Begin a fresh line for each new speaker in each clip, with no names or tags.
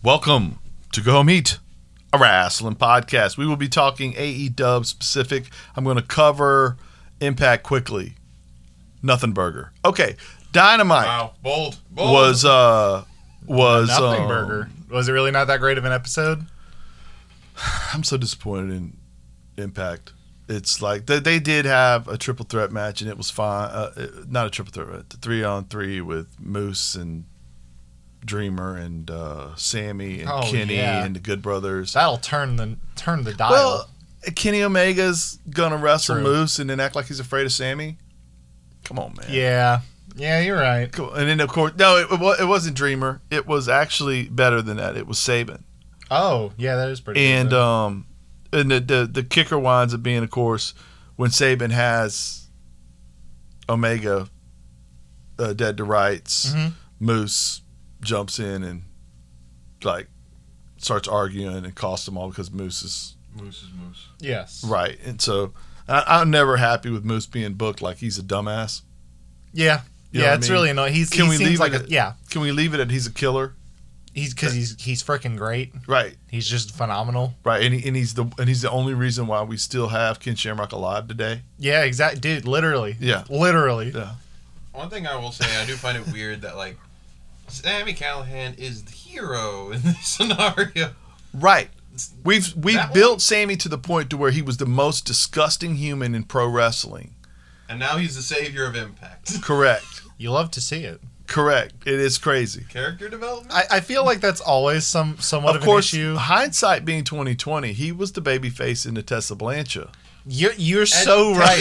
Welcome to Go Meet, a wrestling podcast. We will be talking AEW specific. I'm going to cover Impact quickly. Nothing burger. Okay, Dynamite
Wow, bold, bold.
was uh was
nothing
um,
burger. Was it really not that great of an episode?
I'm so disappointed in Impact. It's like they, they did have a triple threat match and it was fine. Uh, it- not a triple threat, but the three on three with Moose and Dreamer and uh, Sammy and
Oh,
Kenny
yeah.
and the Good Brothers.
That'll turn the turn the dial.
Well, Kenny Omega's gonna wrestle
True.
Moose and then act like he's afraid of Sammy. Come on, man.
yeah, yeah, you're right.
Come on. And then of course, no, it, it wa- it wasn't Dreamer. It was actually better than that. It was Saban.
Oh, yeah, that is pretty.
and
good.
um and the, the the kicker winds up being of course when Saban has Omega uh, dead to rights
Mhm.
Moose jumps in and like starts arguing and costs them all because Moose is
Moose is moose.
yes,
uh, right and so I, I'm never happy with Moose being booked like he's a dumbass
Yeah,
You know
yeah,
what I
it's
mean?
really annoying. He's
Can
he
we
seems
leave
like
it
a,
at-
yeah,
can we leave it at he's a killer
he's because he's he's freaking great.
right
He's just phenomenal.
right and, he, and he's the and he's the only reason why we still have Ken Shamrock alive today
Yeah, exact dude. Literally,
yeah
literally.
Yeah.
One thing I will say, I do find it weird that like Sammy Callahan is the hero in this scenario.
Right. We've we've
That one-
built Sammy to the point to where he was the most disgusting human in pro wrestling.
And now he's the savior of impact.
Correct.
You love to see it.
Correct. It is crazy.
Character development?
I, I feel like that's always some somewhat of,
of course,
an issue.
hindsight being twenty twenty, he was the baby face in the Tessa Blancha.
You're, you're so right.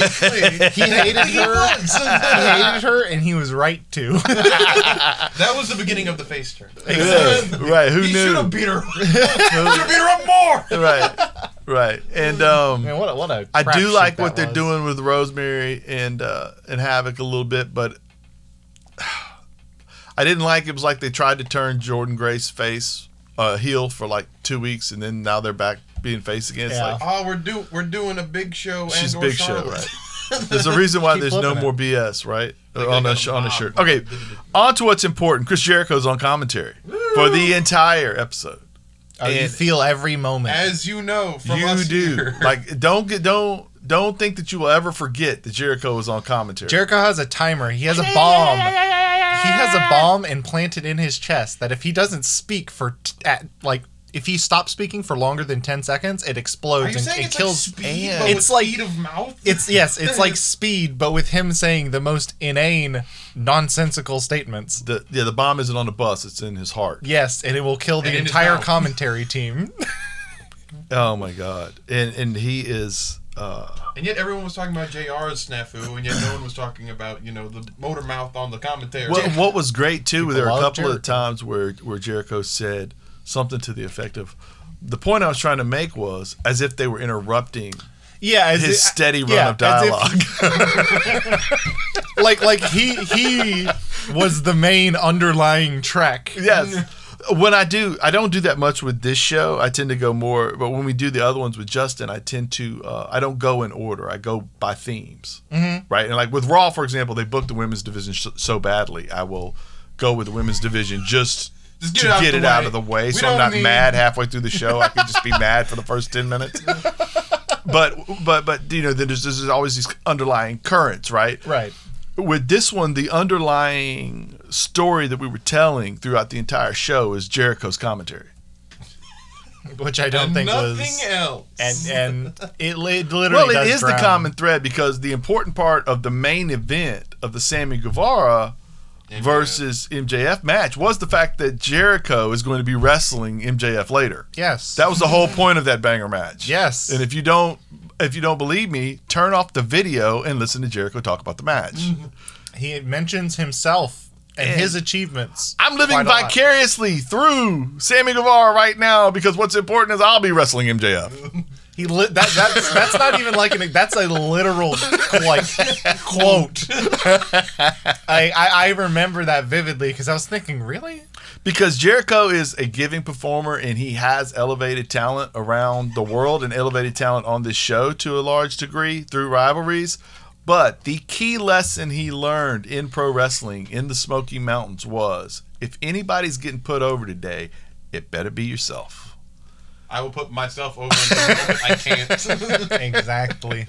He hated
He
her.
was.
He hated her, and he was right too.
that was the beginning of the face turn.
Yeah, right. Who
He should have
knew?
beat her. should have beat her up more.
right. Right. And um
Man, what a, what a
I do
crapshoot
like what
that
they're
was.
doing with Rosemary and uh, and Havoc a little bit, but I didn't like it was like they tried to turn Jordan Grace face uh, heel for like two weeks, and then now they're back being face again. It's
Yeah. Oh,
like
Oh, we're do we're doing a big show.
she's
and
big show, right? There's a reason why
Keep
there's no
flipping it.
more BS, right?
Like
on
I
a
got
sh- on a
mobbed.
shirt. Okay, on to what's important. Chris Jericho's on commentary for the entire episode.
Oh, you
And-
feel every moment.
As you know from
you
us
do
here.
like don't get don't don't think that you will ever forget that Jericho was on commentary.
Jericho has a timer. He has a bomb. He has a bomb implanted in his chest that if he doesn't speak for t- at, like if he stops speaking for longer than ten seconds, it
Are
explodes
you
and
saying
it
it's
kills.
like speed,
and-
but with
It's like-
speed of mouth?
it's yes, it's like speed, but with him saying the most inane, nonsensical statements.
the yeah the bomb isn't on the bus it's in his heart
Yes, and it will kill the
And in his
entire
mouth.
commentary team.
oh my god and and he is uh
And yet everyone was talking about JR's snafu, and yet no one was talking about, you know, the motor mouth on the commentary.
what, what was great too there were a
love
couple
Jericho.
of times where where jericho said something to the effect of the point i was trying to make was as if they were interrupting
Yeah, as
his
it-
steady run
yeah,
of
as if-
dialogue
like like he he was the main underlying track.
yes when i do i don't do that much with this show i tend to go more but when we do the other ones with justin i tend to uh, i don't go in order i go by themes right and like with raw for example they booked the women's division so, so badly i will go with the women's division just
Just
to get it out of the way
We
so i'm
don't
not
need-
mad halfway through the show i can just be mad for the first 10 minutes but but but you know there's, there's always these underlying currents right
Right.
with this one, the underlying story that we were telling throughout the entire show is Jericho's commentary.
Which I don't think
nothing
was
else.
and and it, li- it literally
Well, it
does
is the
drown.
common thread because the important part of the main event of the Sammy Guevara versus MJF match was the fact that Jericho is going to be wrestling MJF later.
Yes.
That was the whole point of that banger match.
Yes.
And if you don't if you don't believe me, turn off the video and listen to Jericho talk about the match.
he mentions himself and,
And-
his achievements.
I'm living
quite a lot.
vicariously through Sammy Guevara right now because what's important is I'll be wrestling MJF.
He li- that, that's that's not even like an that's a literal like quote. I, I I remember that vividly because I was thinking, really?
Because Jericho is a giving performer and he has elevated talent around the world and elevated talent on this show to a large degree through rivalries. But the key lesson he learned in pro wrestling in the Smoky Mountains was if anybody's getting put over today, It better be yourself.
I will put myself over. and over. I can't.
exactly.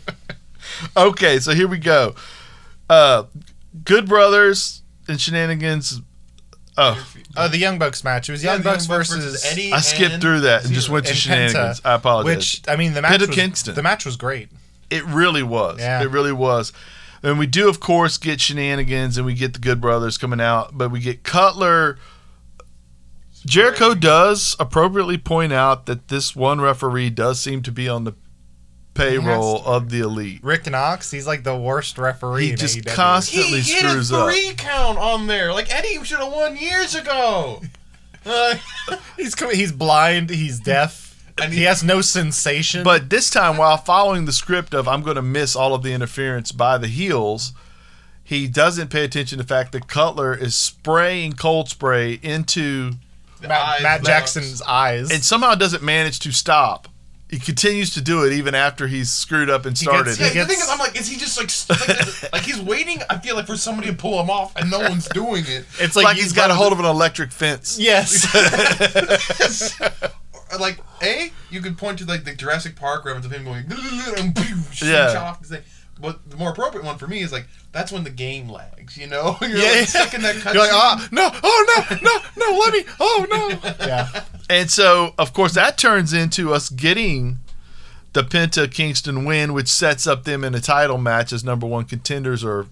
Okay, so here we go. Uh, Good Brothers and Shenanigans. Oh,
Oh, the Young Bucks match. It was Young,
Yeah, the
Bucks, versus, Eddie,
Eddie.
I skipped
and
through that and just
Ziggler.
went to
and
Shenanigans.
Penta,
I apologize.
which I mean the match.
Peter
was,
Kingston.
The match was great.
It really was.
Yeah.
It really was. And we do, of course, get shenanigans and we get the Good Brothers coming out, but we get Cutler. Jericho does appropriately point out that this one referee does seem to be on the payroll of the elite.
Rick Knox, he's like the worst referee.
He
in E
just
AEW.
const-
He hit a
screws up.
three count on there. Like Eddie should have won years ago. Uh,
He's com- he's blind. He's deaf.
I
he
need-
has no sensation.
But this time, while following the script of I'm going to miss all of the interference by the heels, he doesn't pay attention to the fact that Cutler is spraying cold spray into
the
Matt,
eyes
Matt
left.
Jackson's eyes.
and somehow doesn't manage to stop. He continues to do it even after he's screwed up and started.
gets-
Yeah,
He
the thing is, I'm like, is he just like, st- like, like he's waiting? I feel like for somebody to pull him off, and no one's doing it.
it's
like,
like,
he's got a hold of an electric fence.
Yes.
like, a you could point to like the Jurassic Park reference of him going, and shooting
Yeah.
off his thing. But the more appropriate one for me is like that's when the game lags. You know, you're
Yeah, yeah.
like stuck in that cutscene.
You're like, ah, no, oh no, no, no, let me, oh no.
yeah.
And so, of course, that turns into us getting the Penta Kingston win, which sets up them in a title match as number one contenders or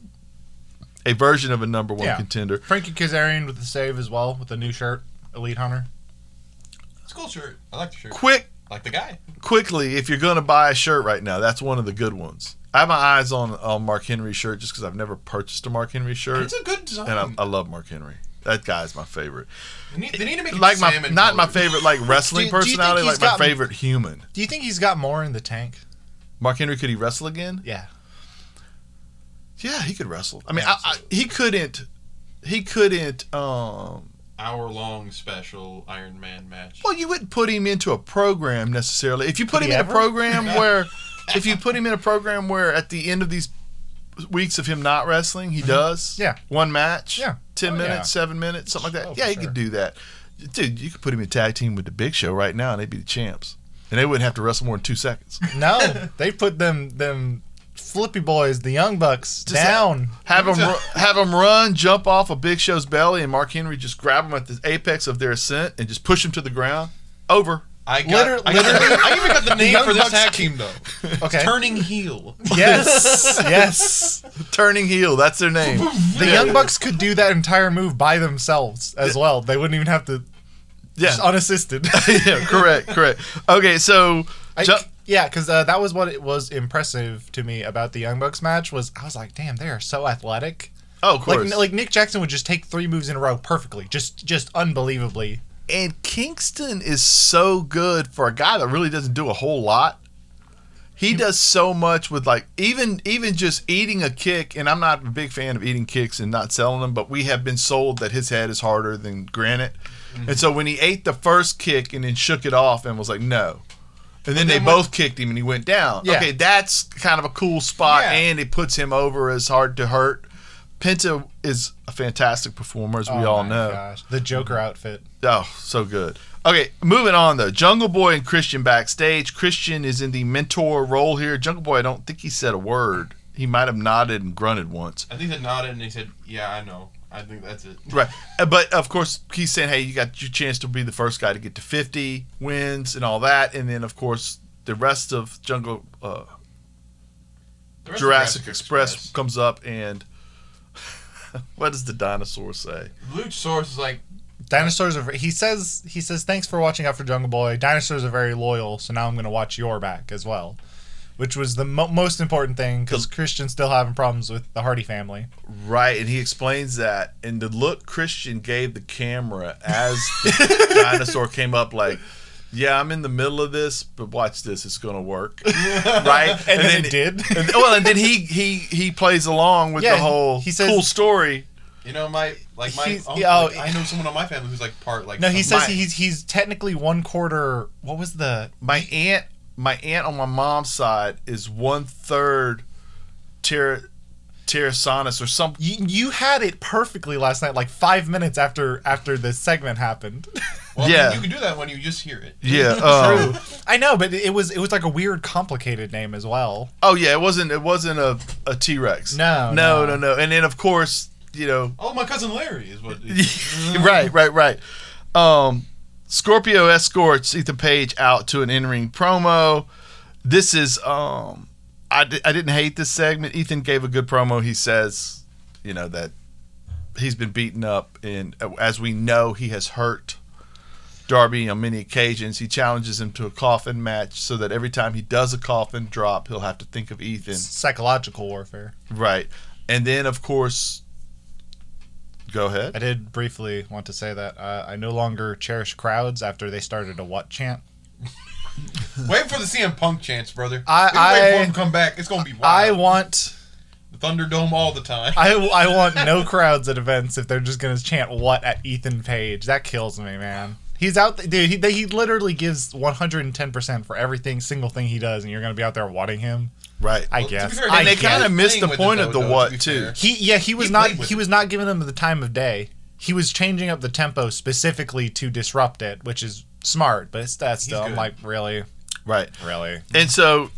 a version of a number one
Yeah.
contender.
Frankie Kazarian with the save as well with the new shirt, Elite Hunter.
"Ah."
It's a cool shirt. I like the shirt.
Quick,
I like the guy.
quickly, if you're going to buy a shirt right now, that's one of the good ones. I have my eyes on on Mark Henry shirt just because I've never purchased a Mark Henry shirt.
It's a good design.
and um, I, I love Mark Henry. That guy's my favorite.
they, need, they need to make it
Like my
salmon
not my
colored.
favorite like wrestling
Do you- do you
personality,
think
like
he's
my
gotten-
favorite human.
Do you think he's got more in the tank?
Mark Henry could he wrestle again?
Yeah.
Yeah, he could wrestle. I mean, I, I, he couldn't. He couldn't. um
hour long special Iron Man match.
Well, you wouldn't put him into a program necessarily. If you put
Could
him
he
in a
ever?
program where, if you put him in a program where at the end of these weeks of him not wrestling, he does.
Mm-hmm. Yeah.
One match.
Yeah.
Ten
Oh, yeah.
minutes, seven minutes, something like that.
Oh, for
yeah, he
sure.
could do that. Dude, you could put him in tag team with the Big Show right now, and they'd be the champs, and they wouldn't have to wrestle more than two seconds.
No, they put them them flippy boys, the Young Bucks,
Just
down.
Have them, ru- have them run, jump off of Big Show's belly, and Mark Henry just grab them at the apex of their ascent and just push them to the ground. Over.
I got,
Liter-
I, got-
literally-
I even got the name
Young
for this
Bucks-
tag team though.
Okay.
Turning heel.
Yes. yes.
Turning heel. That's their name.
The Young Bucks could do that entire move by themselves as well. They wouldn't even have to
Yeah.
just unassisted.
yeah, correct, correct. Okay, so
I,
ju-
yeah, because uh, that was what it was impressive to me about the Young Bucks match was I was like, damn, they are so athletic.
oh, of course.
Like like Nick Jackson would just take three moves in a row perfectly, just just unbelievably.
and Kingston is so good for a guy that really doesn't do a whole lot. He does so much with like even even just eating a kick, and I'm not a big fan of eating kicks and not selling them, but we have been sold that his head is harder than granite, and so when he ate the first kick and then shook it off and was like no, and then they
then when-
both kicked him and he went down.
Yeah.
Okay, that's kind of a cool spot,
Yeah.
and it puts him over as hard to hurt. Penta is a fantastic performer, as we
Oh
all
my
know.
Gosh, the Joker outfit.
Oh, so good. Okay, moving on though. Jungle Boy and Christian backstage. Christian is in the mentor role here. Jungle Boy, I don't think he said a word. He might have nodded and grunted once.
I think they nodded and they said, "Yeah, I know. I think that's it."
Right. Uh, But of course, he's saying, hey, you got your chance to be the first guy to get to 50 wins and all that. And then, of course, the rest of Jungle uh,
The rest of
Jurassic Express, comes up and. what does the dinosaur say?
Luch Source is like,
Dinosaurs are. He says. He says. Thanks for watching out for Jungle Boy. Dinosaurs are very loyal, so now I'm going to watch your back as well, which was the mo- most important thing because Christian's still having problems with the Hardy family.
Right, and he explains that, and the look Christian gave the camera as the dinosaur came up, like, "Yeah, I'm in the middle of this, but watch this, it's gonna work." Right,
And, then, it did.
and- well, and then he he he plays along with
Yeah,
the whole
he says-
cool story.
you know, my like my
He's-
uncle,
yeah, oh,
like, I know someone on my family who's like part like.
no, he says
My-
he's he's technically one quarter. What was the?
My aunt, my aunt on my mom's side is one third ter- Tyrannus or some.
You, you had it perfectly last night, like five minutes after after the segment happened.
Well,
Yeah.
You can do that when you just hear it.
Yeah. Um,
I know, but it was it was like a weird, complicated name as well.
oh yeah, it wasn't. It wasn't a a T Rex.
No,
No.
no.
No. No. And then of course you know
Oh, my cousin Larry is what.
right, right, right. Um, Scorpio escorts Ethan Page out to an in-ring promo. This is um, I, di- I didn't hate this segment. Ethan gave a good promo. He says, you know that he's been beaten up, and uh, as we know, he has hurt Darby on many occasions. He challenges him to a coffin match so that every time he does a coffin drop, he'll have to think of Ethan.
Psychological warfare.
Right, and then of course, go ahead.
I did briefly want to say that uh, I no longer cherish crowds after they started a what chant.
Wait for the CM Punk chance, brother.
I-
Just wait for
I-
him to come back. It's gonna be
I
wild.
want
The Thunderdome all the time.
I, I want no crowds at events if they're just gonna chant what at Ethan Page. That kills me, man. He's out, th- dude. He, they, he literally gives 110 percent for everything, single thing he does, and you're gonna be out there wanting him.
Right.
I
Well, to be
guess.
fair,
I
And they
get
kind
it.
of missed
Thing
the
with
point
it,
of the
though, though,
what
to be
too.
fair.
He yeah, he was
He
not
played with
he
it.
was not giving them the time of day. He was changing up the tempo specifically to disrupt it, which is smart, but it's that's still I'm
good.
like really
Right.
really.
And so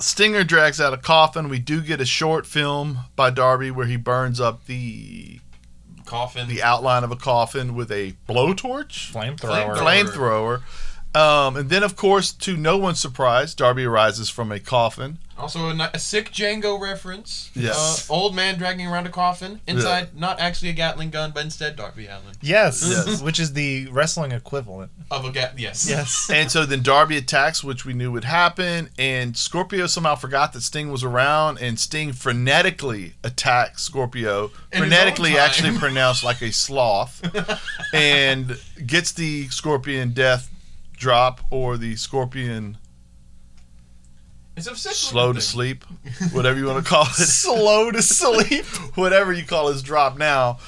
Stinger drags out a coffin. We do get a short film by Darby where he burns up the
Coffin.
the outline of a coffin with a blowtorch,
Flamethrower.
flamethrower.
Flamethrower.
Um, and then, of course, to no one's surprise, Darby arises from a coffin.
Also, a, ni- a sick Django reference.
Yes.
Uh, old man dragging around a coffin. Inside, not actually a Gatling gun, but instead Darby Allen.
Yes,
Yes.
which is the wrestling equivalent.
Of a Gat. Yes.
Yes.
And so then Darby attacks, which we knew would happen. And Scorpio somehow forgot that Sting was around, and Sting frenetically attacks Scorpio.
In his own
frenetically,
time.
actually pronounced like a sloth, and gets the Scorpion death drop or the Scorpion
It's a sick
slow
little
to
thing.
sleep, whatever you want to call it.
Slow to sleep.
whatever you call his drop now.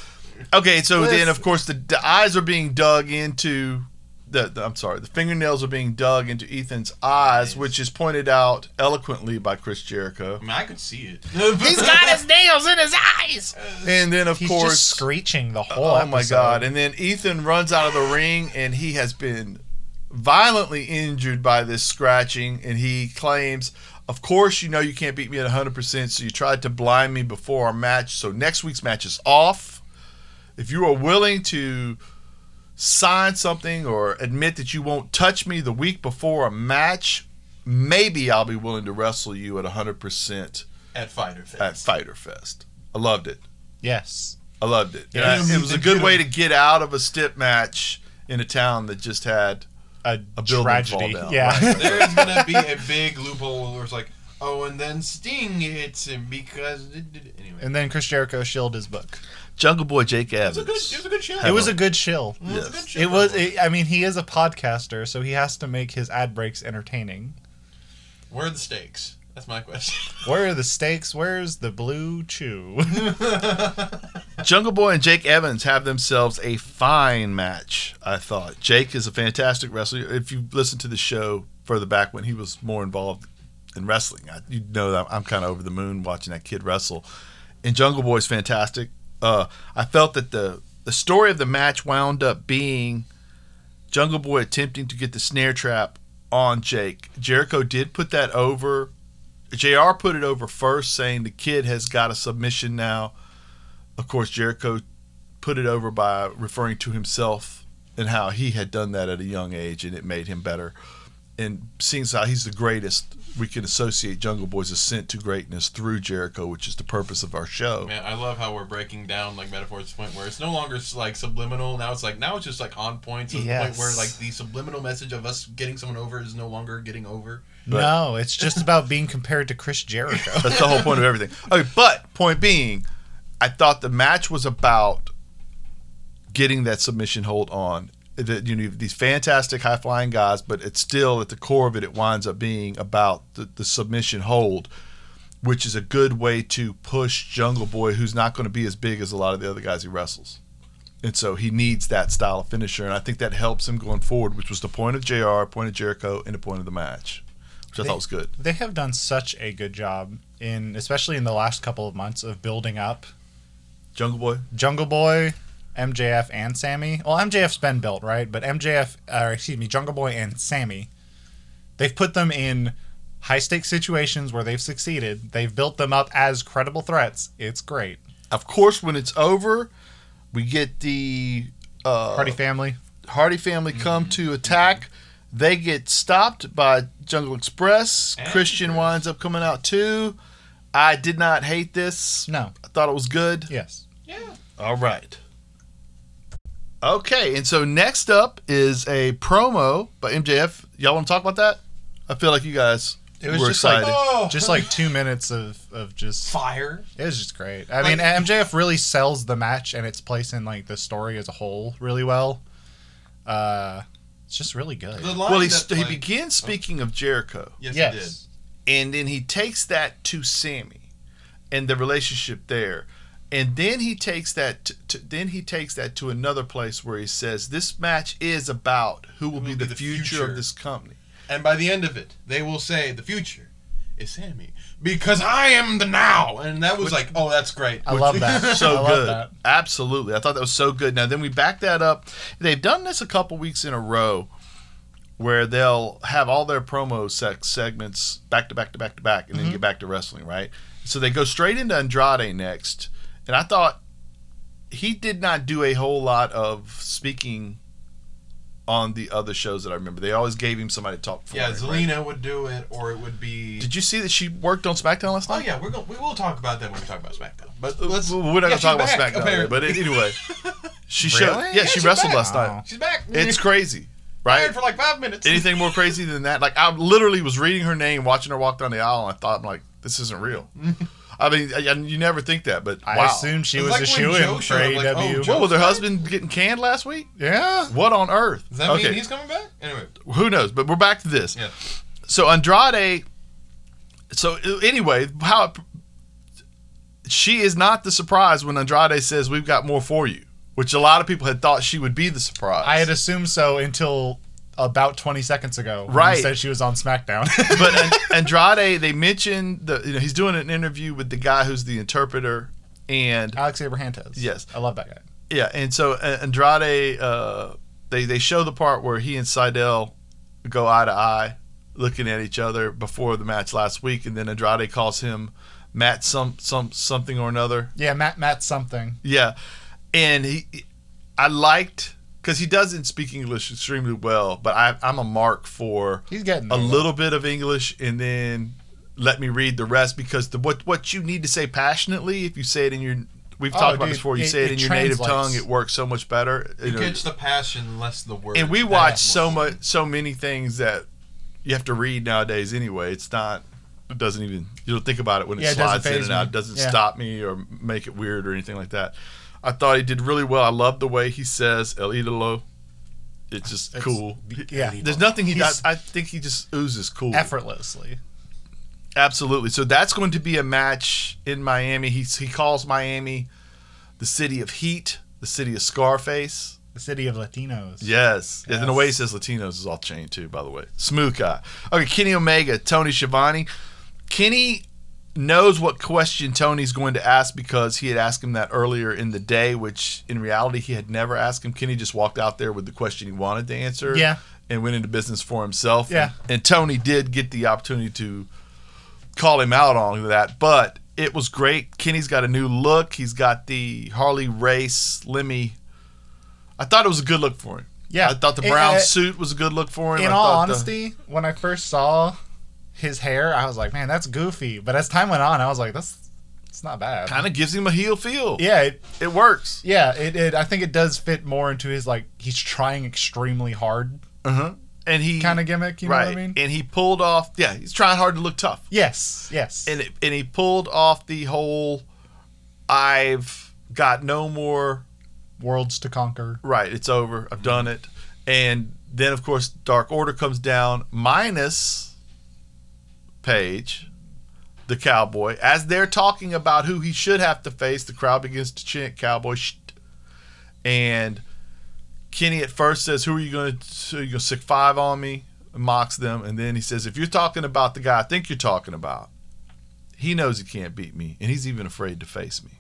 Okay, so then of course the, the eyes are being dug into the, the- I'm sorry, the fingernails are being dug into Ethan's eyes,
Nice.
which is pointed out eloquently by Chris Jericho.
I mean, I could see it.
He's got his nails in his eyes.
And then of
He's
course,
just screeching the whole
oh my
episode.
god! And then Ethan runs out of the ring, and he has been violently injured by this scratching, and he claims. Of course, you know you can't beat me at 100%, so you tried to blind me before our match. So next week's match is off. If you are willing to sign something or admit that you won't touch me the week before a match, maybe I'll be willing to wrestle you at 100%
At Fighter Fest.
at Fighter Fest. I loved it.
Yes.
I loved it.
Yeah.
And I- it was a good way to get out of a stip match in a town that just had.
A,
A building
tragedy.
fall down,
Yeah.
There's gonna be a big loophole where it's like, oh, and then Sting hits him because it did anyway.
and then Chris Jericho shilled his book.
Jungle Boy Jake
it was a
Evans.
good. It was a good show.
It was a good shill.
It was a good
Yes.
show.
It was. It, I mean, he is a podcaster, so he has to make his ad breaks entertaining.
Where are the stakes? That's my question.
Where are the stakes? Where's the blue chew?
Jungle Boy and Jake Evans have themselves a fine match, I thought. Jake is a fantastic wrestler. If you listen to the show further back when he was more involved in wrestling, I, you know that I'm kind of over the moon watching that kid wrestle. And Jungle Boy's fantastic. Uh, I felt that the, the story of the match wound up being Jungle Boy attempting to get the snare trap on Jake. Jericho did put that over. JR put it over first, saying the kid has got a submission now of course, Jericho put it over by referring to himself and how he had done that at a young age and it made him better. And seeing as how he's the greatest, we can associate Jungle Boy's ascent to greatness through Jericho, which is the purpose of our show.
Man, I love how we're breaking down like metaphors to the point where it's no longer like subliminal. Now it's like now it's just like on point to the
Yes.
point where like the subliminal message of us getting someone over is no longer getting over.
But-
no, it's just about being compared to Chris Jericho.
That's the whole point of everything. Okay, but point being, I thought the match was about getting that submission hold on. That you know these fantastic high flying guys, but it's still at the core of it. It winds up being about the, the submission hold, which is a good way to push Jungle Boy, who's not going to be as big as a lot of the other guys he wrestles. And so he needs that style of finisher, and I think that helps him going forward, which was the point of Jr., point of Jericho, and the point of the match. which I thought was good.
They have done such a good job in, especially in the last couple of months, of building up
Jungle Boy.
Jungle Boy, MJF, and Sammy. Well, MJF's been built, right? But MJF, or excuse me, Jungle Boy and Sammy, they've put them in high stakes situations where they've succeeded. They've built them up as credible threats. It's great.
Of course, when it's over, we get the uh,
Party family.
Hardy family come to attack. They get stopped by Jungle Express.
And
Christian
Chris.
winds up coming out too. I did not hate this.
No.
I thought it was good.
Yes.
Yeah.
All right. Okay, and so next up is a promo by MJF. Y'all want to talk about that? I feel like you guys
It was
were
just
excited.
like
Oh,
just like two minutes of of just
fire.
It was just great. I mean, MJF really sells the match and its place in like the story as a whole really well. Uh, it's just really good.
The line
well, he,
that,
st-
like-
he begins speaking of Jericho,
Yes,
Yes.
he did.
and then he takes that to Sammy and the relationship there. And then he takes that. To, to, then he takes that to another place where he says, "This match is about who will, be, the, future, of
future."
this company."
And by the end of it, they will say the future is Sammy because I am the now. And that was like, oh, that's great.
I love that. I
so
love
good.
that.
Absolutely. I thought that was so good. Now then we back that up. They've done this a couple weeks in a row where they'll have all their promo sex segments back to back to back to back
Mm-hmm.
and then get back to wrestling, right? So they go straight into Andrade next. And I thought he did not do a whole lot of speaking on the other shows that I remember. They always gave him somebody to talk for.
yeah,
him, right?
Zelina would do it, or it would be.
Did you see that she worked on SmackDown last
oh
night?
yeah, we're going we will talk about that when we talk about SmackDown. But
We're
let's.
not gonna
yeah,
talk about
she's
SmackDown,
back,
today,
apparently.
but anyway, she showed.
Really?
Yeah,
Yeah,
she
she's
wrestled
back.
last night.
Wow.
she's back.
It's crazy, right?
Tired for like five minutes.
Anything more crazy than that? Like I literally was reading her name, watching her walk down the aisle, and I thought, I'm like, this isn't real. I mean, I, I- you never think that, but
I
wow.
assume she
It's
was
like
a
when
shoe
Joe
in for
showed up, like,
AEW.
oh,
What
Joe-
was her husband getting canned last week?
yeah.
What on earth?
Does that
okay,
mean he's coming back? Anyway,
who knows? But we're back to this.
yeah.
So Andrade. So anyway, how she is not the surprise when Andrade says we've got more for you, which a lot of people had thought she would be the surprise.
I had assumed so until about 20 seconds ago. when you
Right.
said she was on SmackDown.
but An- Andrade, they mentioned the you know he's doing an interview with the guy who's the interpreter, and
Alex Abrahantes.
Yes.
I love that guy.
yeah, and so uh, Andrade, uh, they they show the part where he and Seidel go eye to eye, looking at each other before the match last week, and then Andrade calls him Matt some some something or another.
Yeah, Matt Matt something.
Yeah, and he, I liked because he doesn't speak English extremely well, but I, I'm a mark for
He's getting
a
there.
little bit of English and then let me read the rest because the what what you need to say passionately if you say it in your we've
Oh,
talked about
dude,
this before you
it-
say it,
it
in your native tongue
translates.
it works so much better you
You
know.
catch the passion, less the word.
and we
That
watch
is
so
more-
much so many things that you have to read nowadays anyway it's not it doesn't even you don't think about it when it
Yeah, it doesn't
slides in
faze
and out
me.
it doesn't
Yeah.
stop me or make it weird or anything like that I thought he did really well I love the way he says El Idolo it's just
It's-
cool
yeah.
there's nothing he
He's-
does I think he just oozes cool
Effortlessly.
Absolutely. So that's going to be a match in Miami. He he calls Miami the city of heat, the city of Scarface.
The city of Latinos.
Yes. yes. And the
Yes.
way he says Latinos is all chained too, by the way. Smooth guy. Okay, Kenny Omega, Tony Schiavone. Kenny knows what question Tony's going to ask because he had asked him that earlier in the day, which in reality he had never asked him. Kenny just walked out there with the question he wanted to answer.
Yeah.
And went into business for himself.
Yeah.
And, and Tony did get the opportunity to call him out on that, but it was great. Kenny's got a new look. He's got the Harley Race Lemmy. I thought it was a good look for him.
Yeah.
I thought the
It-
brown
uh,
suit was a good look for him.
in
I
all
thought the-
honesty, when I first saw his hair, I was like, man, that's goofy. But as time went on, I was like, that's it's not bad.
kind of gives him a heel feel.
yeah, it,
It works.
yeah, it, it. I think it does fit more into his like he's trying extremely hard
Uh-huh. And he
kind of gimmick. You
right.
know what I mean?
And he pulled off. Yeah, he's trying hard to look tough.
yes, yes.
And it, and he pulled off the whole. I've got no more
Worlds to conquer.
Right, it's over. I've done it. And then of course Dark Order comes down minus Page, the cowboy. As they're talking about who he should have to face, the crowd begins to chant cowboy sh and Kenny at first says, "Who are you going to? Are you going to sick five on me?" mocks them, and then he says, "If you're talking about the guy I think you're talking about, he knows he can't beat me, and he's even afraid to face me."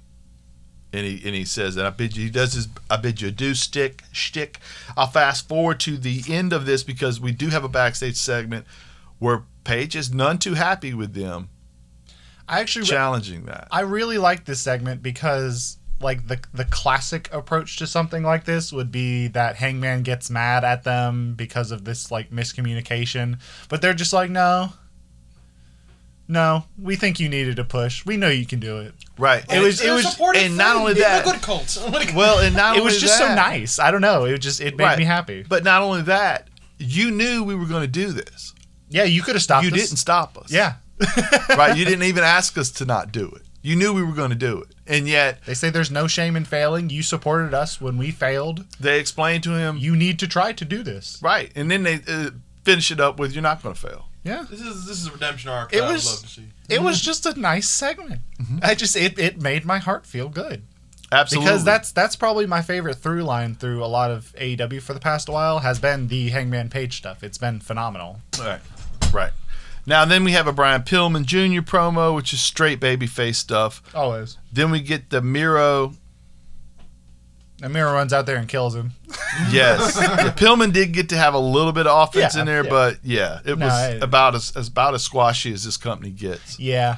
And he and he says, and I bid you, he does his, I bid you adieu, stick, shtick. I'll fast forward to the end of this because we do have a backstage segment where Paige is none too happy with them
I actually
challenging that.
I really like this segment because like the the classic approach to something like this would be that Hangman gets mad at them because of this like miscommunication, but they're just like no. No, we think you needed a push. We know you can do it.
Right.
It was- it
They're
was-
supportive
and not
friends.
only
They're
that-
a good cult. Like,
well, and not
It
only
was just so
that-
nice. I don't know. It just it made
Right.
me happy.
But not only that, you knew we were going to do this.
Yeah, you could have stopped.
you
us.
didn't stop us.
Yeah,
right. You didn't even ask us to not do it. You knew we were going to do it, and yet
they say there's no shame in failing. You supported us when we failed.
they explained to him,
You need to try to do this.
right, and then they uh, finish it up with, "You're not going to fail."
Yeah.
this is this is a redemption arc.
It
that I would
was-
love to see.
It was just a nice segment. I just it, it made my heart feel good
Absolutely.
because that's that's probably my favorite through line through a lot of AEW for the past while has been the Hangman Page stuff. It's been phenomenal.
Right. Right. Now then we have a Brian Pillman Jr. promo, which is straight babyface stuff.
Always.
Then we get the Miro.
Amira runs out there and kills him.
Yes, the Pillman did get to have a little bit of offense
Yeah,
in there,
yeah.
but yeah, it
No,
was
I-
about as, as about as squashy as this company gets.
Yeah.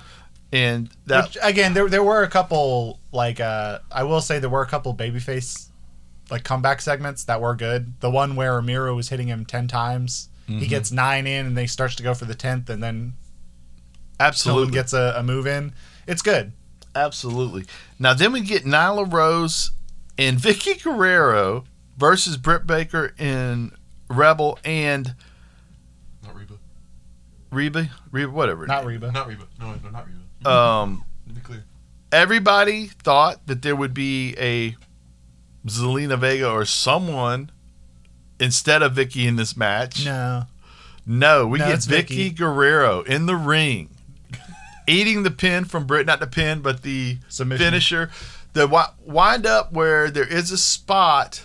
And that
Which, again, there there were a couple like uh I will say there were a couple babyface like comeback segments that were good. The one where Amira was hitting him ten times. He gets nine in and they starts to go for the tenth and then Pillman
absolutely,
gets a, a move in. It's good.
absolutely. Now then we get Nyla Rose and Vicky Guerrero versus Britt Baker in Rebel and
Not Reba.
Reba, Reba, whatever.
Not Reba.
Not Reba. No, no, not Reba.
um,
To be clear,
everybody thought that there would be a Zelina Vega or someone instead of Vicky in this match.
No.
No, we
No,
get
it's
Vicky,
Vicky.
Guerrero in the ring, eating the pin from Britt, not the pin, but the
Submission.
finisher. The wi- wind up where there is a spot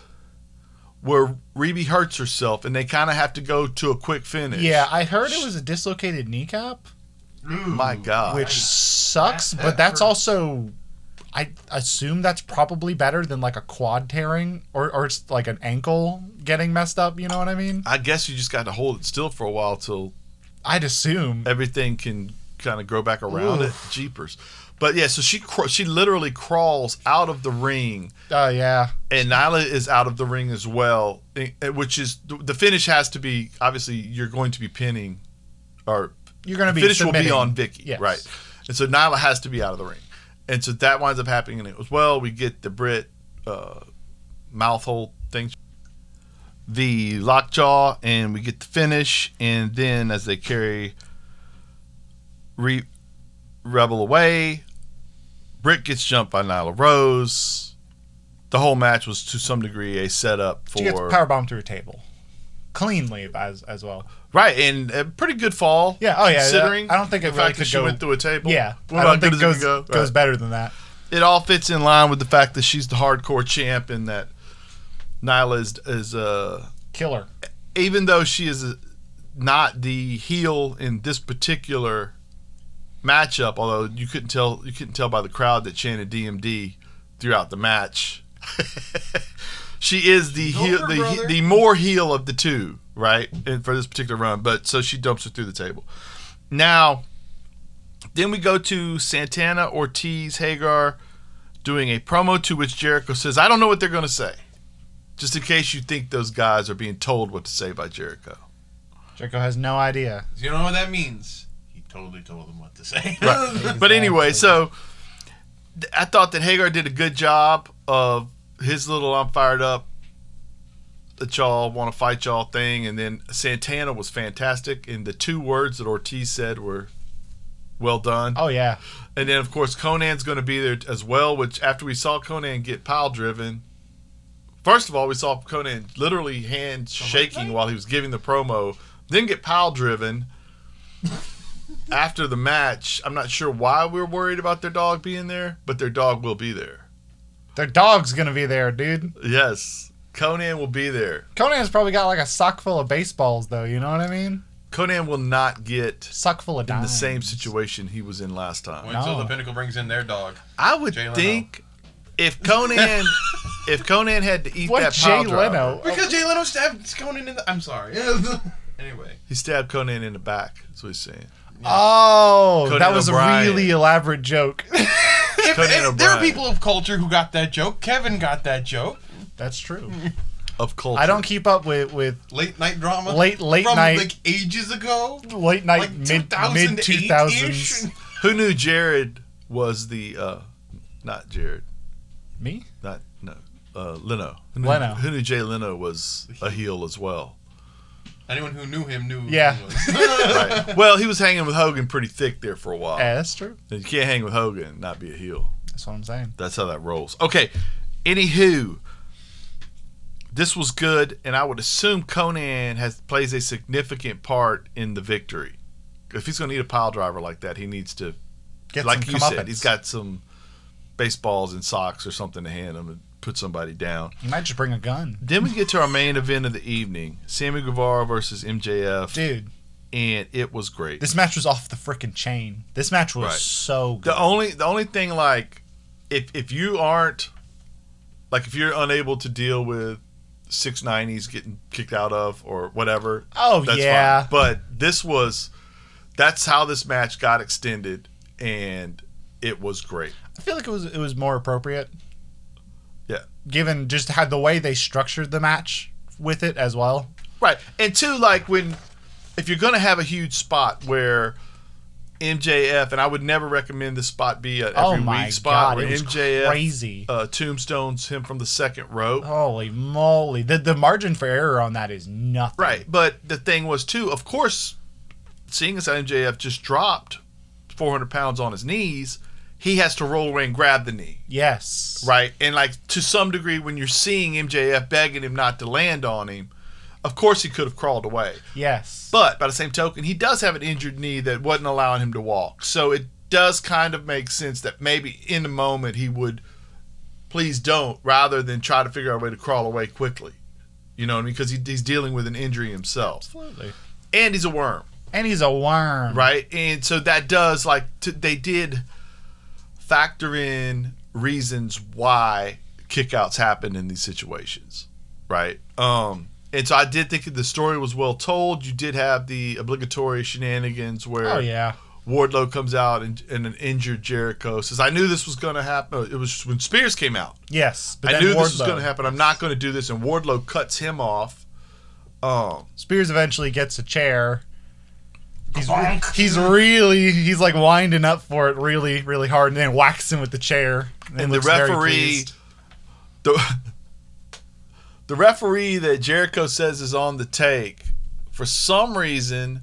where Rebe hurts herself, and they kind of have to go to a quick finish.
Yeah, I heard it was a dislocated kneecap,
my God.
Mm. which sucks,
That-
but
that
that's
hurt.
also I assume that's probably better than like a quad tearing or or it's like an ankle getting messed up, you know what I mean?
I guess you just got to hold it still for a while till
I'd assume.
everything can kind of grow back around it. Jeepers. But yeah, so she cr- she literally crawls out of the ring,
Oh yeah.
and Nyla is out of the ring as well, eh, eh, which is the the finish has to be obviously you're going to be pinning, or
You're going to
the
be
finish will be
submitting.
on Vicky,
Yes.
right? And so Nyla has to be out of the ring, and so that winds up happening as well. We get the Brit uh, mouth hole thing, the lockjaw, and we get the finish, and then as they carry Re- Rebel away, Britt gets jumped by Nyla Rose. The whole match was to some degree a setup
She gets
for
powerbombed through a table. Cleanly as as well.
right and a pretty good fall.
Yeah, oh yeah, yeah.
Considering
I don't think it
the
really
fact that
could
she
go-
went through a table.
Yeah.
Well,
I
how
don't think
good
it
does
goes
it go?
goes
Right.
better than that.
it all fits in line with the fact that she's the hardcore champ and that Nyla is, is uh,
Killer.
even though she is not the heel in this particular matchup, although you couldn't tell you couldn't tell by the crowd that chanted DMD throughout the match. she is the
Go
heel,
for it,
the,
brother.
the more heel of the two, right? And for this particular run, but so she dumps her through the table. Now, then we go to Santana, Ortiz, Hagar doing a promo to which Jericho says, "I don't know what they're going to say." Just in case you think those guys are being told what to say by Jericho.
Jericho has no idea.
you know what that means. He totally told them what to say.
But anyway, so th- I thought that Hagar did a good job of his little I'm fired up that y'all want to fight y'all thing. And then Santana was fantastic. And the two words that Ortiz said were well done.
Oh yeah.
And then, of course, Conan's going to be there as well, which after we saw Conan get pile driven, first of all, we saw Conan literally hand shaking while he was giving the promo, then get pile driven. after the match, I'm not sure why we're worried about their dog being there, but their dog will be there.
Their dog's going to be there, dude.
Yes. Conan will be there.
Conan's probably got like a sock full of baseballs, though. You know what I mean?
Conan will not get
Sock full of
in the
dimes.
same situation he was in last time.
Wait until
No.
the pinnacle brings in their dog.
I would
Jay Leno.
think if Conan if Conan had to eat
What
that
Jay
pile driver,
Leno?
Because Jay Leno stabbed Conan in the. I'm sorry. anyway,
he stabbed Conan in the back. That's what he's saying.
Oh,
Conan
that was
O'Brien.
a really elaborate joke.
if,
Conan
if there are
O'Brien.
people of culture who got that joke. Kevin got that joke.
That's true.
Of culture,
I don't keep up with with
Late night drama.
Late- late
from,
night-
Like ages ago.
late night
Like
mid
2008
mid two
-ish.
thousands.
Who knew Jared was the uh, not Jared,
Me?
not no uh, Leno. Who knew,
Leno.
Who knew Jay Leno was a heel as well?
Anyone who knew him knew. who
Yeah.
he was.
Right. well, he was hanging with Hogan pretty thick there for a while.
Yeah, that's true.
And you can't hang with Hogan and not be a heel.
That's what I'm saying.
That's how that rolls. Okay. Anywho, this was good, and I would assume Conan has plays a significant part in the victory. If he's going to need a pile driver like that, he needs to,
Get
like
some
you said,
comeuppance.
he's got some baseballs and socks or something to hand him to put somebody down.
He might just bring a gun,
Then we get to our main event of the evening: Sammy Guevara versus MJF,
dude.
and it was great.
This match was off the freaking chain. This match was
Right.
so good.
The only the only thing like if if you aren't like if you're unable to deal with 690s getting kicked out of or whatever.
Oh, yeah.
But this was that's how this match got extended and it was great.
I feel like it was it was more appropriate.
Yeah.
Given just how the way they structured the match with it as well.
Right. And two, like when if you're gonna have a huge spot where MJF and I would never recommend this spot be a every
oh my
week spot
god,
where
it was
MJF
crazy.
uh tombstones him from the second rope.
Holy moly. The the margin for error on that is nothing.
Right. But the thing was, too, of course, seeing as MJF just dropped 400 pounds on his knees, he has to roll away and grab the knee.
Yes.
Right. And, like, to some degree, when you're seeing MJF begging him not to land on him, of course he could have crawled away.
Yes.
But by the same token, he does have an injured knee that wasn't allowing him to walk. So it does kind of make sense that maybe in the moment he would please don't rather than try to figure out a way to crawl away quickly. You know what I mean? Because he, he's dealing with an injury himself
Absolutely.
and he's a worm,
And he's a worm.
right? And so that does like t- they did factor in reasons why kickouts happen in these situations, right? Um, and so I did think that the story was well told. You did have the obligatory shenanigans where
Oh yeah.
Wardlow comes out and, and an injured Jericho says, "I knew this was going to happen." It was when Spears came out.
Yes. But
I
then
knew
Wardlow,
this was going to happen. I'm not going to do this. And Wardlow cuts him off. Um,
Spears eventually gets a chair. He's, re- he's really he's like winding up for it really really hard and then whacks him with the chair
and the
looks very
referee
pleased.
the, the referee that Jericho says is on the take for some reason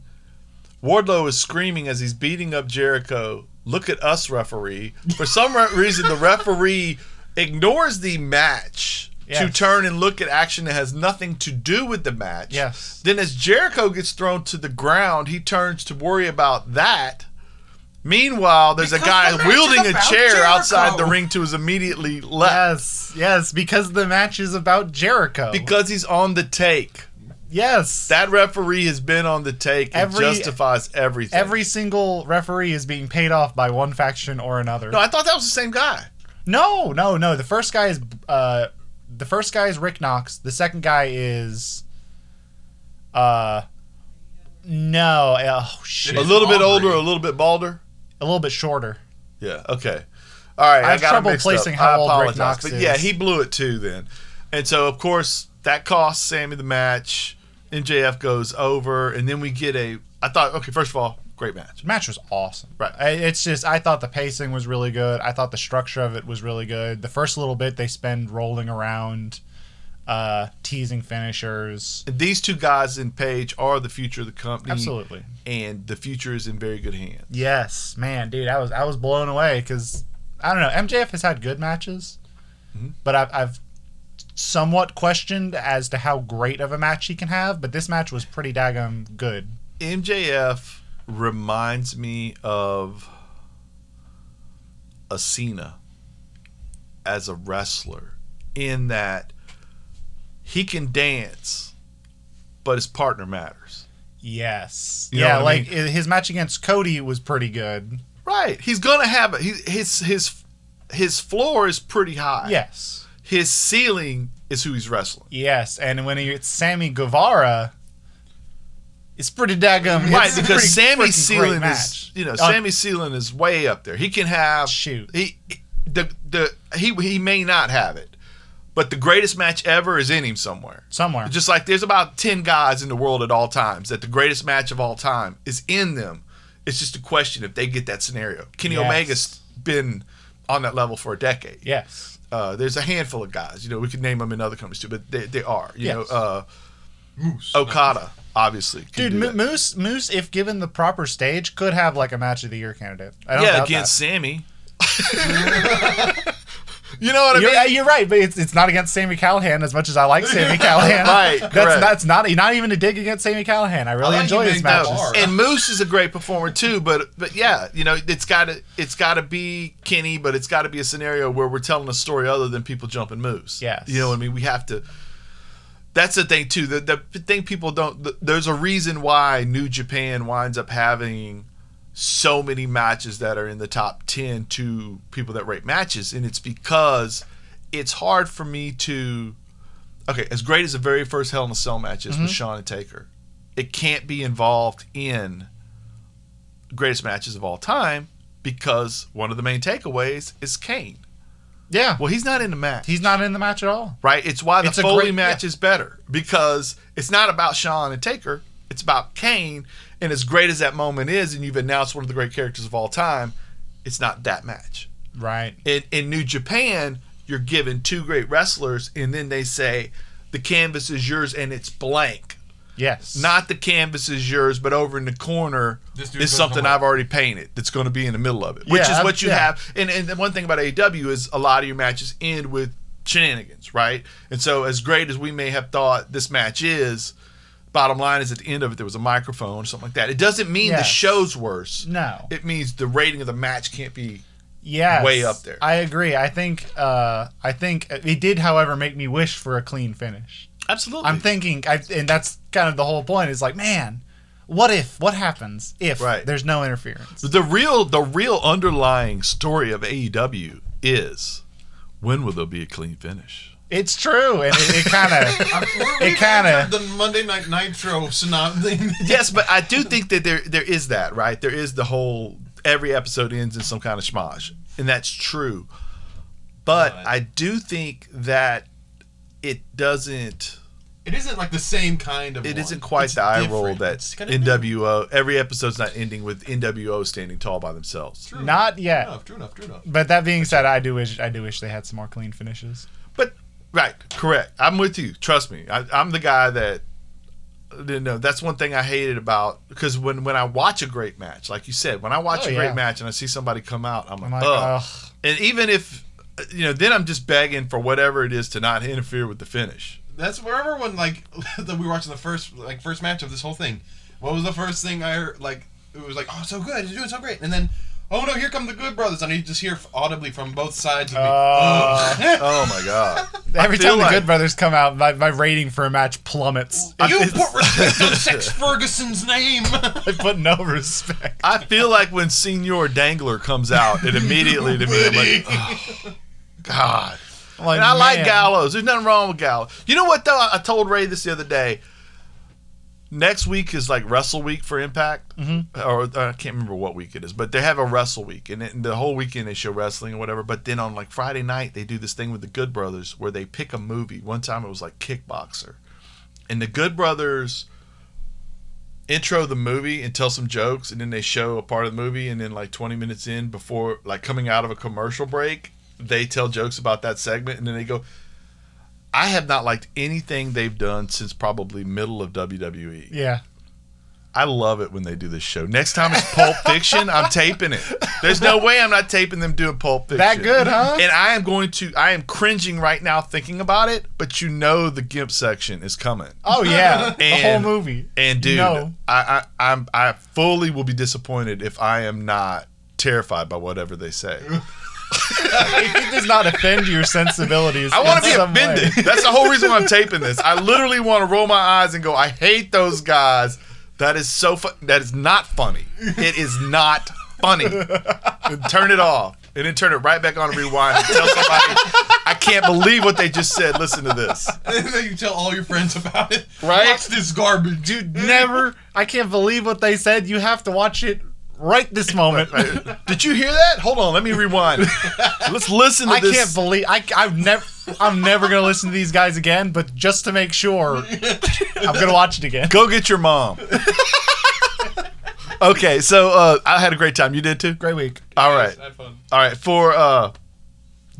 Wardlow is screaming as he's beating up Jericho look at us referee for some re- reason the referee ignores the match to
Yes.
turn and look at action that has nothing to do with the match
Yes.
then as Jericho gets thrown to the ground he turns to worry about that Meanwhile, there's a
Because
guy
the match is
wielding a
about
chair outside the
Jericho.
ring to his immediately left
Yes, yes, because the match is about Jericho.
because he's on the take.
yes,
That referee has been on the take. It
Every-
justifies everything.
every single referee is being paid off by one faction or another.
no, I thought that was the same guy.
No, no, no. The first guy is uh, the first guy is Rick Knox. The second guy is uh, no, oh shit,
A
It's
little bit
Aubrey.
older, a little bit balder.
a little bit shorter.
Yeah. Okay. All right.
I
I,
have
got it
trouble
mixed up.
placing how
I
old Rick
apologize,
Knox
but
is.
yeah, he blew it too then, and so of course that costs Sammy the match. MJF goes over, and then we get a. I thought, okay, first of all, great match.
The match was awesome.
Right.
I, it's just I thought the pacing was really good. I thought the structure of it was really good. The first little bit they spend rolling around, uh, teasing finishers.
And these two guys in Page are the future of the company.
Absolutely.
and the future is in very good hands.
Yes, man, dude, I was I was blown away because I don't know. MJF has had good matches,
Mm-hmm.
but I've, I've somewhat questioned as to how great of a match he can have. But this match was pretty daggum good.
MJF reminds me of a Cena as a wrestler in that he can dance, but his partner matters.
Yes.
You know
yeah,
what I
like
mean?
i- his match against Cody was pretty good.
Right. He's gonna have it. He, his his his floor is pretty high.
Yes.
His ceiling is who he's wrestling.
Yes, and when it's Sammy Guevara, it's pretty daggum.
Right,
it's a pretty
because Sammy Sealan
freaking great
is
match.
you know
Uh,
Sammy Sealan is way up there. He can have
Shoot.
He the the he he may not have it, but the greatest match ever is in him somewhere.
somewhere.
Just like there's about ten guys in the world at all times that the greatest match of all time is in them. It's just a question if they get that scenario. Kenny
Yes.
Omega's been on that level for a decade.
yes.
Uh, there's a handful of guys. You know, we could name them in other companies too, but they, they are. You
Yes.
know, uh,
Moose.
Okada obviously. can
Dude,
do
Mo-
that.
Moose Moose, if given the proper stage, could have like a match of the year candidate. I don't
yeah,
doubt
against
that.
Sammy. you know what I
You're,
mean?
uh, you're right, but it's, it's not against Sammy Callahan as much as I like Sammy Callahan.
Right,
that's
correct.
that's not not even a dig against Sammy Callahan. I really
like
enjoy
you
his
made that
matches.
bar.
and Moose is a great performer too, but but yeah, you know it's got to it's got to be Kenny, but it's got to be a scenario where we're telling a story other than people jumping Moose.
Yes.
you know what I mean. We have to. That's the thing too. The the thing people don't. th there's a reason why New Japan winds up having so many matches that are in the top ten to people that rate matches, and it's because it's hard for me to. Okay, as great as the very first Hell in a Cell match
Mm-hmm.
is with Shawn and Taker, it can't be involved in greatest matches of all time because one of the main takeaways is Kane.
Yeah,
Well, he's not in the match,
he's not in the match at all.
right? It's why the
It's a
Foley
great-
match is better because it's not about Shawn and Taker, it's about Kane. And as great as that moment is, and you've announced one of the great characters of all time, it's not that match
Right.
in, in New Japan, you're given two great wrestlers, and then they say the canvas is yours and it's blank.
Yes.
Not the canvas is yours, but over in the corner
This dude's
is
gonna
something
come up.
I've already painted that's going to be in the middle of it, which
Yeah,
is what you
yeah.
have. And, and the one thing about AEW is a lot of your matches end with shenanigans, right? And so, as great as we may have thought this match is, bottom line is at the end of it, there was a microphone or something like that. It doesn't mean the
Yes.
show's worse.
No.
It means the rating of the match can't be
Yes.
way up there.
I agree. I think uh I think it did however make me wish for a clean finish.
absolutely.
I'm thinking I and that's kind of the whole point is like, man, what if what happens if
Right.
there's no interference?
The real the real underlying story of AEW is when will there be a clean finish?
It's true and it, it kind of
it
kinda-
kind of the Monday Night Nitro synopsis.
Yes, but I do think that there there is that, right? There is the whole every episode ends in some kind of schmosh. And that's true. But
Right.
I do think that it doesn't
It isn't like the same kind of.
it
one.
isn't quite
It's
the eye
different.
roll that
It's kinda new.
NWO every episode's not ending with NWO standing tall by themselves.
True.
not
True
yet.
enough. True enough. True enough.
But that being said, I do wish I do wish they had some more clean finishes.
But right, correct. I'm with you. Trust me. I, I'm the guy that you know. That's one thing I hated about because when when I watch a great match, like you said, when I watch
Oh,
a
yeah.
great match and I see somebody come out, I'm
I'm
like,
like,
ugh.
ugh.
And even if you know, then I'm just begging for whatever it is to not interfere with the finish.
That's where everyone like that we were watching the first like first match of this whole thing. What was the first thing I heard? like? It was like, oh, so good, you're doing so great, and then, oh no, here come the good brothers, and you just hear audibly from both sides. Of me,
Uh,
"Ugh."
Oh my god!
Every
feel
time the
like-
Good Brothers come out, my, my rating for a match plummets. I
"Uh, you put respect on Sex Ferguson's name.
put no respect.
I feel like when Senior Dangler comes out, it immediately to me, I'm like, "Oh, God.
I'm like,
and I like
man.
Gallows. There's nothing wrong with Gallows. You know what though? I I told Ray this the other day. Next week is like Wrestle Week for Impact, mm-hmm. or uh, I can't remember what week it is, but they have a Wrestle Week, and, it, the whole weekend they show wrestling or whatever. But then on like Friday night, they do this thing with the Good Brothers where they pick a movie. One time it was like Kickboxer, and the Good Brothers intro the movie and tell some jokes, and then they show a part of the movie, and then like 20 minutes in, before like coming out of a commercial break, they tell jokes about that segment, and then they go, I have not liked anything they've done since probably middle of WWE.
Yeah.
I love it when they do this show. Next time it's Pulp Fiction, I'm taping it. There's no way I'm not taping them doing Pulp Fiction.
That good, huh?
And I am going to. I am cringing right now thinking about it, but you know the Gimp section is coming.
Oh yeah, the whole
And-
movie.
And dude,
no.
I, I I'm I fully will be disappointed if I am not terrified by whatever they say.
if it does not offend your sensibilities,
I want to
in
be
some way-
offended. That's the whole reason why I'm taping this. I literally want to roll my eyes and go, I hate those guys. That is so fu- that is not funny. It is not funny. And turn it off. And then turn it right back on and rewind and tell somebody I can't believe what they just said. Listen to this.
and then you tell all your friends about it.
Right?
Watch this garbage.
Dude, never. I can't believe what they said. You have to watch it right this moment.
Did you hear that? Hold on, let me rewind. Let's listen to
I
this.
can't believe I. I've never. I'm never gonna listen to these guys again. But just to make sure, I'm gonna watch it again.
go get your mom. okay, so uh, I had a great time. You did too.
Great week.
All right.
Have fun.
All right, for uh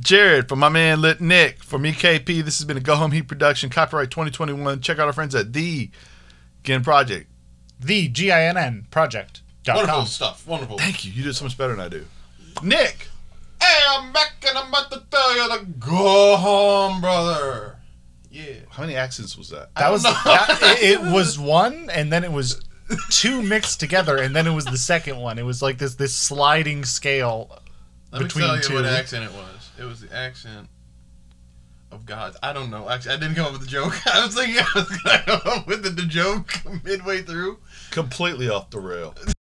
Jared, for my man Lit Nick, for me KP, this has been a Go Home Heat production, copyright 2021. Check out our friends at the Gin Project.
The G I N N Project. Dot
Wonderful
com.
stuff. Wonderful.
Thank you. You did so much better than I do. Nick,
Hey, I'm back and I'm about to tell you to go home, brother. Yeah.
how many accents was that?
That was
know.
that, it, it was one, and then it was two mixed together, and then it was the second one. It was like this this sliding scale.
Let
Between
me tell you
two.
what accent it was. It was the accent of God. I don't know. Actually, I didn't come up with the joke. I was thinking I was going to come up with the, the joke midway through.
Completely off the rail.